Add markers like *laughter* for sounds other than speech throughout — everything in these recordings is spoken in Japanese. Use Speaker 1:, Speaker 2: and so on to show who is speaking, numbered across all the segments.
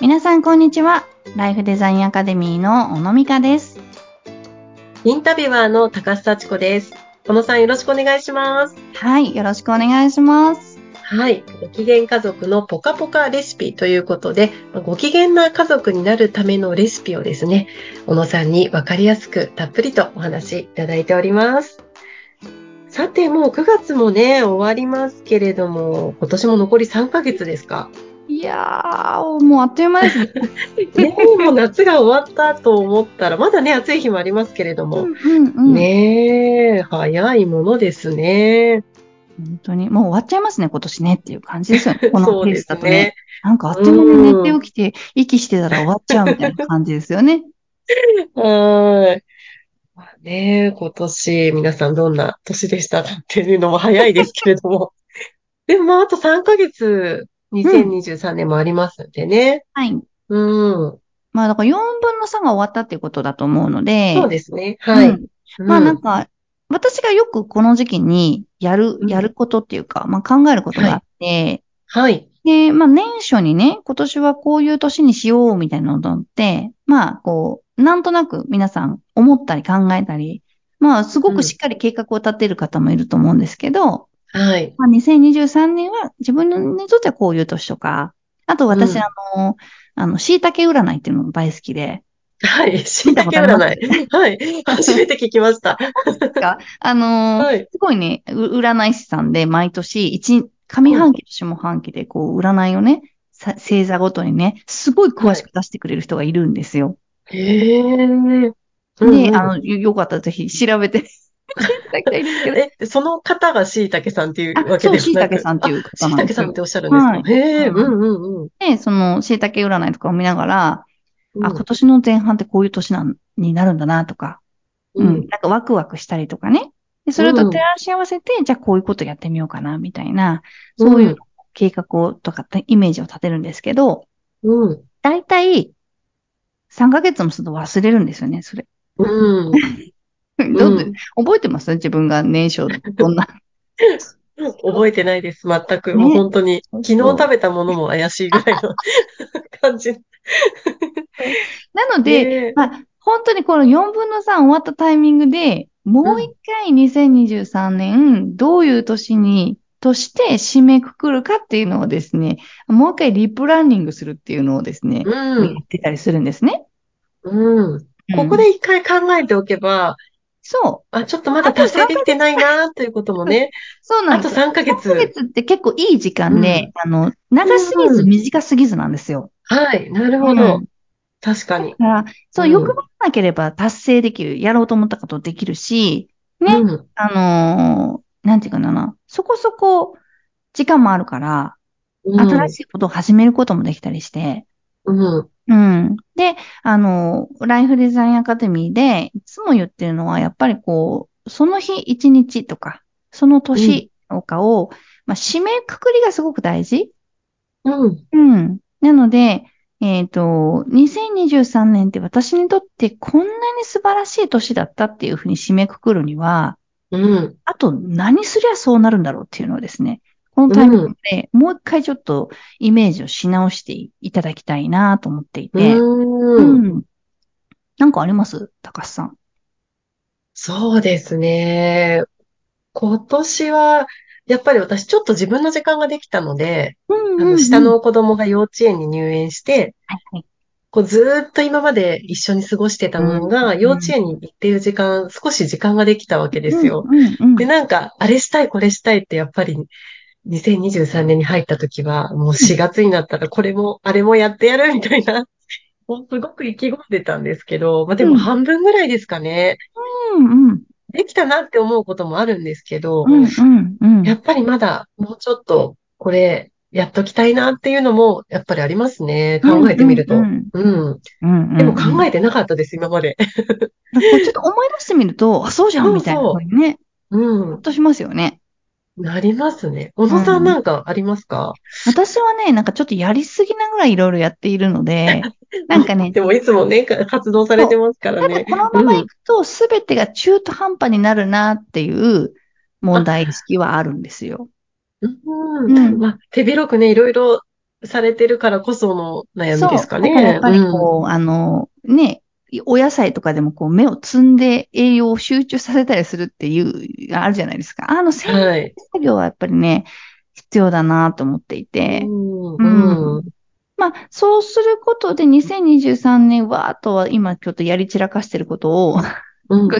Speaker 1: 皆さんこんにちは。ライフデザインアカデミーの小野美香です。
Speaker 2: インタビュアーの高須幸子です。小野さんよろしくお願いします。
Speaker 1: はい、よろしくお願いします。
Speaker 2: はい。ご機嫌家族のポカポカレシピということで、ご機嫌な家族になるためのレシピをですね、小野さんにわかりやすくたっぷりとお話しいただいております。さて、もう9月もね、終わりますけれども、今年も残り3ヶ月ですか。
Speaker 1: いやー、もうあっという間ですね。
Speaker 2: ねえ、もう夏が終わったと思ったら、まだね、暑い日もありますけれど
Speaker 1: *laughs*
Speaker 2: も。
Speaker 1: うんうんうん。
Speaker 2: ねえ、早いものですね。
Speaker 1: 本当に、もう終わっちゃいますね、今年ねっていう感じですよ *laughs* ね。この
Speaker 2: そう
Speaker 1: ペー
Speaker 2: で
Speaker 1: ス
Speaker 2: す
Speaker 1: だとね。
Speaker 2: ね。
Speaker 1: なんかあっという間に寝て起きて、息してたら終わっちゃうみたいな感じですよね。
Speaker 2: はーい。まあね、今年、皆さんどんな年でしたかっていうのも早いですけれども。 *laughs* でもまあ、あと3ヶ月、2023年もありますんでね。
Speaker 1: *laughs* はい。
Speaker 2: うん。
Speaker 1: まあだから4分の3が終わったっていうことだと思うので。
Speaker 2: そうですね。は
Speaker 1: うん
Speaker 2: い。
Speaker 1: まあ
Speaker 2: うん
Speaker 1: なんか、私がよくこの時期にやる、やることっていうか、まあ考えることがあって、
Speaker 2: はい。
Speaker 1: で、まあ年初にね、今年はこういう年にしようみたいなのって、まあこう、なんとなく皆さん思ったり考えたり、まあすごくしっかり計画を立てる方もいると思うんですけど、
Speaker 2: はい。
Speaker 1: まあ2023年は自分にとってはこういう年とか、あと私、
Speaker 2: うん
Speaker 1: あの、あの、椎茸占いっていうのも大好きで、
Speaker 2: はい。椎茸占い。はい。初めて聞きました。
Speaker 1: *laughs* あのー
Speaker 2: はい。
Speaker 1: すごいね、う占い師さんで毎年、一、上半期と下半期でこう、占いをね、さ星座ごとにね、すごい詳しく出してくれる人がいるんですよ。
Speaker 2: へえ。うんう
Speaker 1: で、
Speaker 2: ん
Speaker 1: あの、よよかったらぜひ調べて
Speaker 2: *laughs*
Speaker 1: いただきたいんですけど。
Speaker 2: え、その方が椎茸さんっていう
Speaker 1: あ、
Speaker 2: わけ
Speaker 1: そう、
Speaker 2: では
Speaker 1: 椎
Speaker 2: なく。
Speaker 1: 茸さんっていう
Speaker 2: し
Speaker 1: 方
Speaker 2: い
Speaker 1: なん
Speaker 2: た
Speaker 1: です
Speaker 2: けさんっ
Speaker 1: よ。
Speaker 2: ておっしゃるんです
Speaker 1: は
Speaker 2: か
Speaker 1: い
Speaker 2: へえ、
Speaker 1: う
Speaker 2: うんんうんうん
Speaker 1: で、その、椎茸占いとかを見ながら、
Speaker 2: うん。
Speaker 1: あ、今年の前半ってこういう年なんになるんだなとか、
Speaker 2: う
Speaker 1: うんん、。なんかワクワクしたりとかね。で、それと照らし合わせて、じゃあこういうことやってみようかな、みたいな、そういう計画をとかってイメージを立てるんですけど、
Speaker 2: うん。
Speaker 1: だいたい3ヶ月もすると忘れるんですよね、それ。
Speaker 2: うん。
Speaker 1: どう覚えてます自分が年少、 *laughs* どんな。
Speaker 2: 覚えてないです、全
Speaker 1: ね
Speaker 2: く。もう本当に。
Speaker 1: そう
Speaker 2: 昨日食べたものも怪しいぐら
Speaker 1: *laughs*
Speaker 2: いの感じ。
Speaker 1: なので、
Speaker 2: ねえ、
Speaker 1: まあ、本当にこの4分の3終わったタイミングで、もう一回2023年、どういう年に、として締めくくるかっていうのをですね、もう一回リプランニングするっていうのをですね、やってたりするんですね。
Speaker 2: うん。うん。ここ
Speaker 1: うん、
Speaker 2: で一回考えておけば、
Speaker 1: そう、
Speaker 2: あ、ちょっとまだ達成できてないなということもね。
Speaker 1: そうなん
Speaker 2: あ
Speaker 1: で
Speaker 2: と
Speaker 1: す。
Speaker 2: 3ヶ
Speaker 1: 3ヶ
Speaker 2: 月。
Speaker 1: 月って結構いい時間で、あの、長すぎず
Speaker 2: うん
Speaker 1: 短すぎずなんですよ。
Speaker 2: はい、なる
Speaker 1: う
Speaker 2: ほ
Speaker 1: ん
Speaker 2: ど。確かに。
Speaker 1: だから、そう、
Speaker 2: うん
Speaker 1: 欲張らなければ達成できる、やろうと思ったことできるし、ね
Speaker 2: うん。
Speaker 1: あのーなんていうかな、そこそこ時間もあるから、
Speaker 2: うん。
Speaker 1: 新しいことを始めることもできたりして、
Speaker 2: うん。
Speaker 1: うん。で、あのーライフデザインアカデミーで、いつも言ってるのは、やっぱりこう、その日一日とか、その年とかを、まあ、締めくくりがすごく大事
Speaker 2: うん。
Speaker 1: うん。なので、えっと、2023年って私にとってこんなに素晴らしい年だったっていうふうに締めくくるには、
Speaker 2: うん。
Speaker 1: あと何すりゃそうなるんだろうっていうのをですね、このタイミングでもう一回ちょっとイメージをし直していただきたいなと思っていて。
Speaker 2: うん。
Speaker 1: ん。なんかあります高橋さん。
Speaker 2: そうですね。今年は、やっぱり私ちょっと自分の時間ができたので、
Speaker 1: う
Speaker 2: あ
Speaker 1: ん
Speaker 2: の、下。の子供が幼稚園に入園して、
Speaker 1: はいはい。
Speaker 2: こうずーっと今まで一緒に過ごしてたのが、
Speaker 1: うん
Speaker 2: 幼稚園に行っている時間、少し時間ができたわけですよ。
Speaker 1: うんうんうん
Speaker 2: で、なんか、あれしたい、これしたいって、やっぱり、2023年に入った時は、もう4月になったら、これも、あれもやってやるみたいな、 *laughs* もうすごく意気込んでたんですけど、まあで
Speaker 1: うん
Speaker 2: も半分ぐらいですかね。
Speaker 1: うんうん。
Speaker 2: できたなって思うこともあるんですけど、
Speaker 1: うんうんうん。
Speaker 2: やっぱりまだもうちょっとこれやっときたいなっていうのもやっぱりありますね。考えてみると。
Speaker 1: う
Speaker 2: うん。
Speaker 1: うんん。
Speaker 2: でも考
Speaker 1: え
Speaker 2: えてなかったです、今まで。 *laughs*
Speaker 1: なんかこうちょっと思い出してみると、あ、そうじゃ
Speaker 2: そ
Speaker 1: ん
Speaker 2: う
Speaker 1: みたいな
Speaker 2: そう
Speaker 1: ふうにね、
Speaker 2: う
Speaker 1: ほっ
Speaker 2: ん。
Speaker 1: としますよね。
Speaker 2: なりますね。小野さ
Speaker 1: うん
Speaker 2: んなんかありますか
Speaker 1: 私はね、なんかちょっとやりすぎなぐらいいろいろやっているの
Speaker 2: *laughs*
Speaker 1: で、なんかね、
Speaker 2: でもいつもね、か活動されてますから
Speaker 1: ただ
Speaker 2: ね。
Speaker 1: このままいくと全てが中途半端になるなっていう問題意識はあるんですよ。
Speaker 2: うん。
Speaker 1: うん
Speaker 2: まあ、手広くね、いろいろされてるからこその悩
Speaker 1: そう
Speaker 2: みですかね。
Speaker 1: だらやっぱりこう、あの、ね、お野菜とかでもこう目をつんで栄養を集中させたりするっていう、あるじゃないですか。あの、
Speaker 2: う
Speaker 1: 洗
Speaker 2: ん
Speaker 1: 濯
Speaker 2: はい。
Speaker 1: 作業はやっぱりね、必要だなと思っていて。
Speaker 2: う
Speaker 1: うん
Speaker 2: んうん
Speaker 1: まあ、そうすることで2023年は、あとは今ちょっとやり散らかしてることを、
Speaker 2: うん
Speaker 1: こ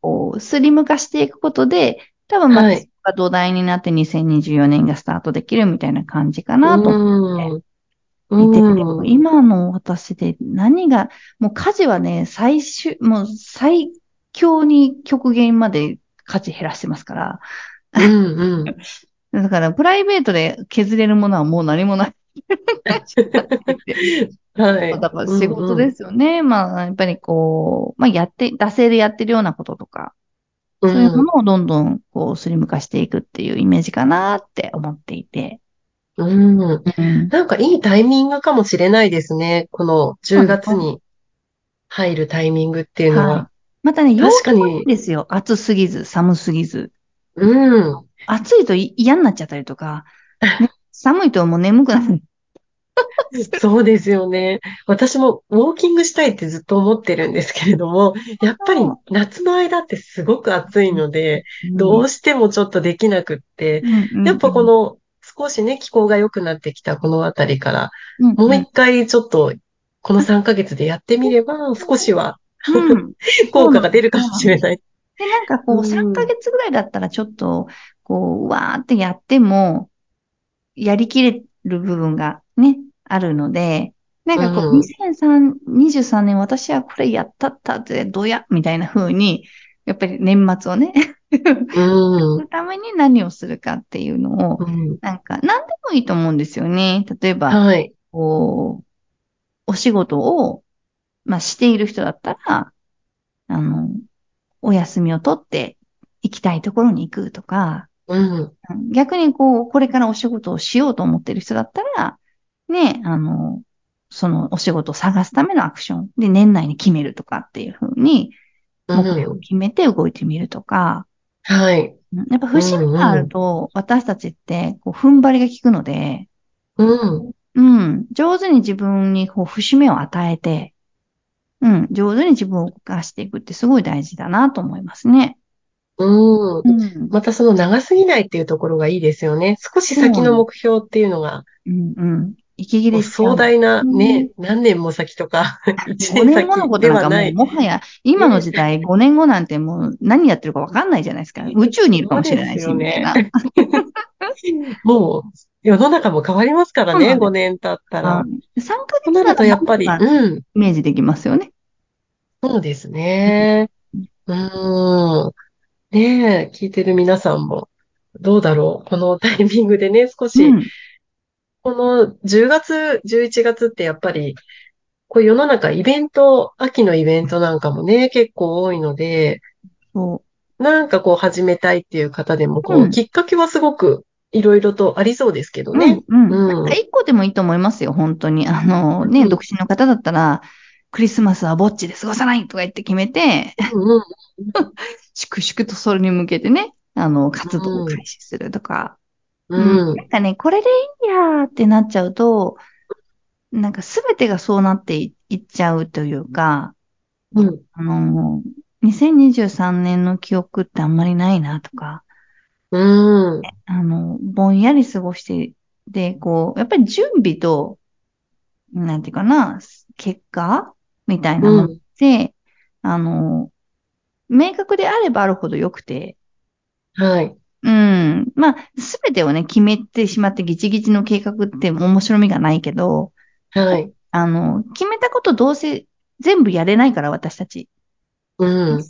Speaker 1: こう、スリム化していくことで、多分ま
Speaker 2: は
Speaker 1: あ、
Speaker 2: い
Speaker 1: そこが土台になって2024年がスタートできるみたいな感じかなと
Speaker 2: うん
Speaker 1: 見てて、
Speaker 2: うん
Speaker 1: 今の私で何が、もう家事はね、最終、もう最強に極限まで家事減らしてますから。
Speaker 2: うんうん。
Speaker 1: だから、プライベートで削れるものはもう何もない。*laughs*
Speaker 2: *laughs* はい。
Speaker 1: だから仕事ですよね。まあ、やっぱりこう、まあやって、惰性でやってるようなこととか、
Speaker 2: うん。
Speaker 1: そういうものをどんどんこうスリム化していくっていうイメージかなって思っていて。
Speaker 2: うんうんなんかいいタイミングかもしれないですね。この10月に入るタイミングっていうの
Speaker 1: は
Speaker 2: は。
Speaker 1: い。またね、
Speaker 2: 確かに
Speaker 1: 洋服もいいですよ。暑すぎず、寒すぎず。
Speaker 2: うん。
Speaker 1: 暑いとい嫌になっちゃったりとか、
Speaker 2: *laughs*
Speaker 1: ね寒いともう眠くなる。
Speaker 2: そうですよね。私もウォーキングしたいってずっと思ってるんですけれども、やっぱり夏の間ってすごく暑いので、どうしてもちょっとできなくって、やっぱこの少しね、気候が良くなってきたこのあたりから、
Speaker 1: の、
Speaker 2: もう一回ちょっとこの3ヶ月でやってみれば、少しは
Speaker 1: うん
Speaker 2: *laughs*
Speaker 1: うん
Speaker 2: 効果が出るかもしれない。
Speaker 1: で、なんかこう、
Speaker 2: うん
Speaker 1: 3ヶ月ぐらいだったらちょっと、こう、うわーってやっても、やりきれる部分がね、あるので、なんかこう、
Speaker 2: うん
Speaker 1: 2003 23年私はこれやったったって、どや、みたいな風に、やっぱり年末をね、
Speaker 2: う
Speaker 1: *laughs*
Speaker 2: ん。
Speaker 1: のために何をするかっていうのを、
Speaker 2: うん
Speaker 1: なんか、何でもいいと思うんですよね。例えば、
Speaker 2: はい。
Speaker 1: こう、お仕事を、まあ、している人だったら、あの、お休みを取って行きたいところに行くとか、
Speaker 2: うん。
Speaker 1: うん逆にこう、これからお仕事をしようと思っている人だったら、ね、あの、そのお仕事を探すためのアクションで年内に決めるとかっていうふうに、
Speaker 2: うん
Speaker 1: 目標を決めて動いてみるとか、
Speaker 2: はい。
Speaker 1: うんやっぱ節目があると、私たちって、こう、踏ん張りが効くので、
Speaker 2: うん。
Speaker 1: うん。上手に自分にこう節目を与えて、うん。上手に自分を動かしていくってすごい大事だなと思いますね。
Speaker 2: うん。
Speaker 1: うん。
Speaker 2: またその長すぎないっていうところがいいですよね。少し先の目標っていうのが、
Speaker 1: うん。うん。息切
Speaker 2: こ
Speaker 1: れ
Speaker 2: う
Speaker 1: しちゃう
Speaker 2: 壮大な
Speaker 1: うん
Speaker 2: ね、何年も先
Speaker 1: *laughs*
Speaker 2: とか、一
Speaker 1: 5
Speaker 2: 年
Speaker 1: 年後のこ
Speaker 2: 先
Speaker 1: と
Speaker 2: で
Speaker 1: なん
Speaker 2: は
Speaker 1: か
Speaker 2: な
Speaker 1: もう、
Speaker 2: い。
Speaker 1: もはや、今の時代、5年後なんてもう何やってるかわかんないじゃないですか。宇宙にいるかもしれないし、
Speaker 2: そう
Speaker 1: み
Speaker 2: で
Speaker 1: た
Speaker 2: す
Speaker 1: い
Speaker 2: よ
Speaker 1: な。
Speaker 2: ねもう、世の中も変わりますから
Speaker 1: そうなん
Speaker 2: ね、
Speaker 1: です
Speaker 2: 5年経ったら。
Speaker 1: 3ヶ
Speaker 2: と
Speaker 1: 月
Speaker 2: なるとやっぱり、
Speaker 1: イ
Speaker 2: うん、
Speaker 1: メージできますよね。
Speaker 2: そうですね。うん。ねえ、聞いてる皆さんも、どうだろう。このタイミングでね、少し、
Speaker 1: うん。
Speaker 2: この10月、11月ってやっぱり、こう世の中イベント、秋のイベントなんかもね、結構多いので、
Speaker 1: そ
Speaker 2: なんかこう始めたいっていう方でも、こ
Speaker 1: う
Speaker 2: う、
Speaker 1: ん
Speaker 2: きっかけはすごくいろいろとありそうですけど
Speaker 1: う。
Speaker 2: ね。
Speaker 1: うん。うん。
Speaker 2: うん。
Speaker 1: 一個でもいいと思いますよ、本当に。あの、
Speaker 2: うん
Speaker 1: ね、独身の方だったら、クリスマスはぼっちで過ごさないとか言って決めて、 *laughs*
Speaker 2: うん
Speaker 1: 粛々とそれに向けてね、あの、活動を開始するとか。
Speaker 2: うん。うん
Speaker 1: なんかね、これでいいやーってなっちゃうと、なんかすべてがそうなっていいっちゃうというか、
Speaker 2: うん。
Speaker 1: あのー、2023年の記憶ってあんまりないなとか、
Speaker 2: うん。
Speaker 1: あの、ぼんやり過ごして、で、こう、やっぱり準備と、なんていうかな、結果みたいな
Speaker 2: う
Speaker 1: のっ
Speaker 2: ん。
Speaker 1: て、あの、明確であればあるほど良くて、
Speaker 2: はい。
Speaker 1: うん。まあ、すべてをね、決めてしまってギチギチの計画って面白みがないけど、
Speaker 2: はい。
Speaker 1: あの、決めたことどうせ全部やれないから、私たち。
Speaker 2: うん。
Speaker 1: *laughs*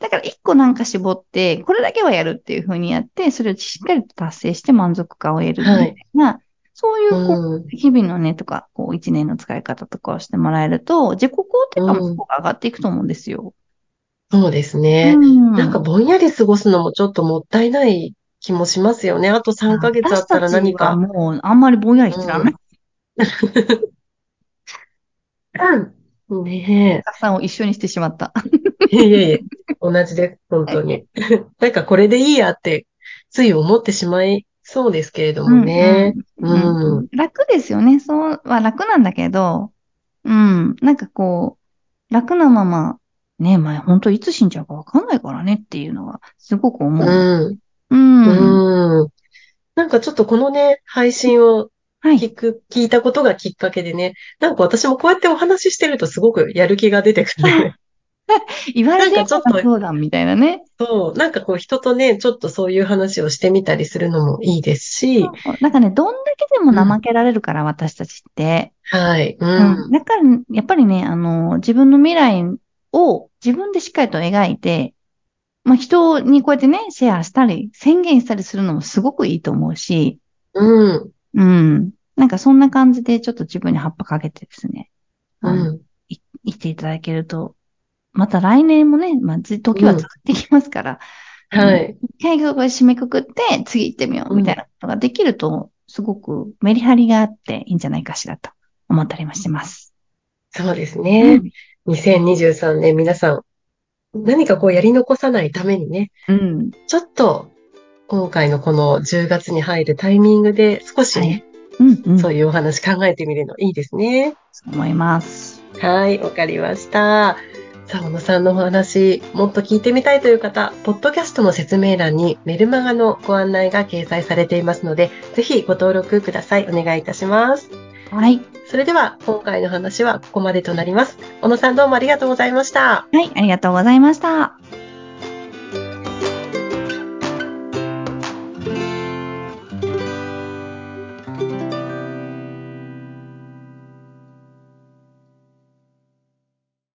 Speaker 1: だから一個なんか絞って、これだけはやるっていう風にやって、それをしっかりと達成して満足感を得るみたいな、そういううこう、
Speaker 2: ん。
Speaker 1: 日々のね、とか、こう、一年の使い方とかをしてもらえると、自己肯定感もすごく上がっていくと思うんですよ。
Speaker 2: そうですね。なんかぼんやり過ごすのもちょっともったいない気もしますよね。あと3ヶ月あったら何か。
Speaker 1: 私たちはもう、あんまりぼんやりしてらんない。
Speaker 2: うん。ね
Speaker 1: お母さんを一緒にしてしまった。
Speaker 2: え。いえいえいえ、同じです。本当に。なんかこれでいいやって、つい思ってしまいそうですけれどもね。
Speaker 1: うん
Speaker 2: ううん。
Speaker 1: 楽ですよね。そうは楽なんだけど、うん。なんかこう、楽なまま、ね、前本当いつ死んじゃうかわかんないからねっていうのはすごく思う。
Speaker 2: うん。
Speaker 1: うん。
Speaker 2: うん。なんかちょっとこのね、配信を
Speaker 1: はい。
Speaker 2: 聞く、聞いたことがきっかけでね、なんか私もこうやってお話ししてるとすごくやる気が出てくるね。
Speaker 1: 言われて
Speaker 2: なんか
Speaker 1: み
Speaker 2: ちょ
Speaker 1: た
Speaker 2: っと
Speaker 1: らそうだみたいなね。
Speaker 2: そう、なんかこう人とね、ちょっとそういう話をしてみたりするのもいいですし、
Speaker 1: なんかね、どんだけでも怠けられるから、私たちって。
Speaker 2: はい、う
Speaker 1: うん。
Speaker 2: ん、
Speaker 1: だから、やっぱりね、あの、自分の未来を自分でしっかりと描いて、まあ、人にこうやってね、シェアしたり、宣言したりするのもすごくいいと思うし、
Speaker 2: うん、
Speaker 1: うん。なんかそんな感じでちょっと自分に葉っぱかけてですね、
Speaker 2: う
Speaker 1: あの、
Speaker 2: ん、
Speaker 1: 生きていただけると、また来年もね、まあ、ず時は続いてきますから、
Speaker 2: はい、
Speaker 1: 一回ここで締めくくって、次行ってみよう、
Speaker 2: うん
Speaker 1: みたいなことができると、すごくメリハリがあっていいんじゃないかしらと思ったりもしてます。
Speaker 2: そうです
Speaker 1: う
Speaker 2: ね。
Speaker 1: ん
Speaker 2: 2023年皆さん、何かこうやり残さないためにね、
Speaker 1: うん。
Speaker 2: ちょっと今回のこの10月に入るタイミングで少しね、
Speaker 1: うん、うん。
Speaker 2: そう
Speaker 1: う
Speaker 2: いうお話考えてみるのいいですね。
Speaker 1: 思います。
Speaker 2: はい、わかりました。さあ、小野さんのお話、もっと聞いてみたいという方、ポッドキャストの説明欄にメルマガのご案内が掲載されていますので、ぜひご登録ください。お願いいたします。
Speaker 1: はい。
Speaker 2: それでは、今回の話はここまでとなります。小野さんどうもありがとうございました。
Speaker 1: はい、ありがとうございました。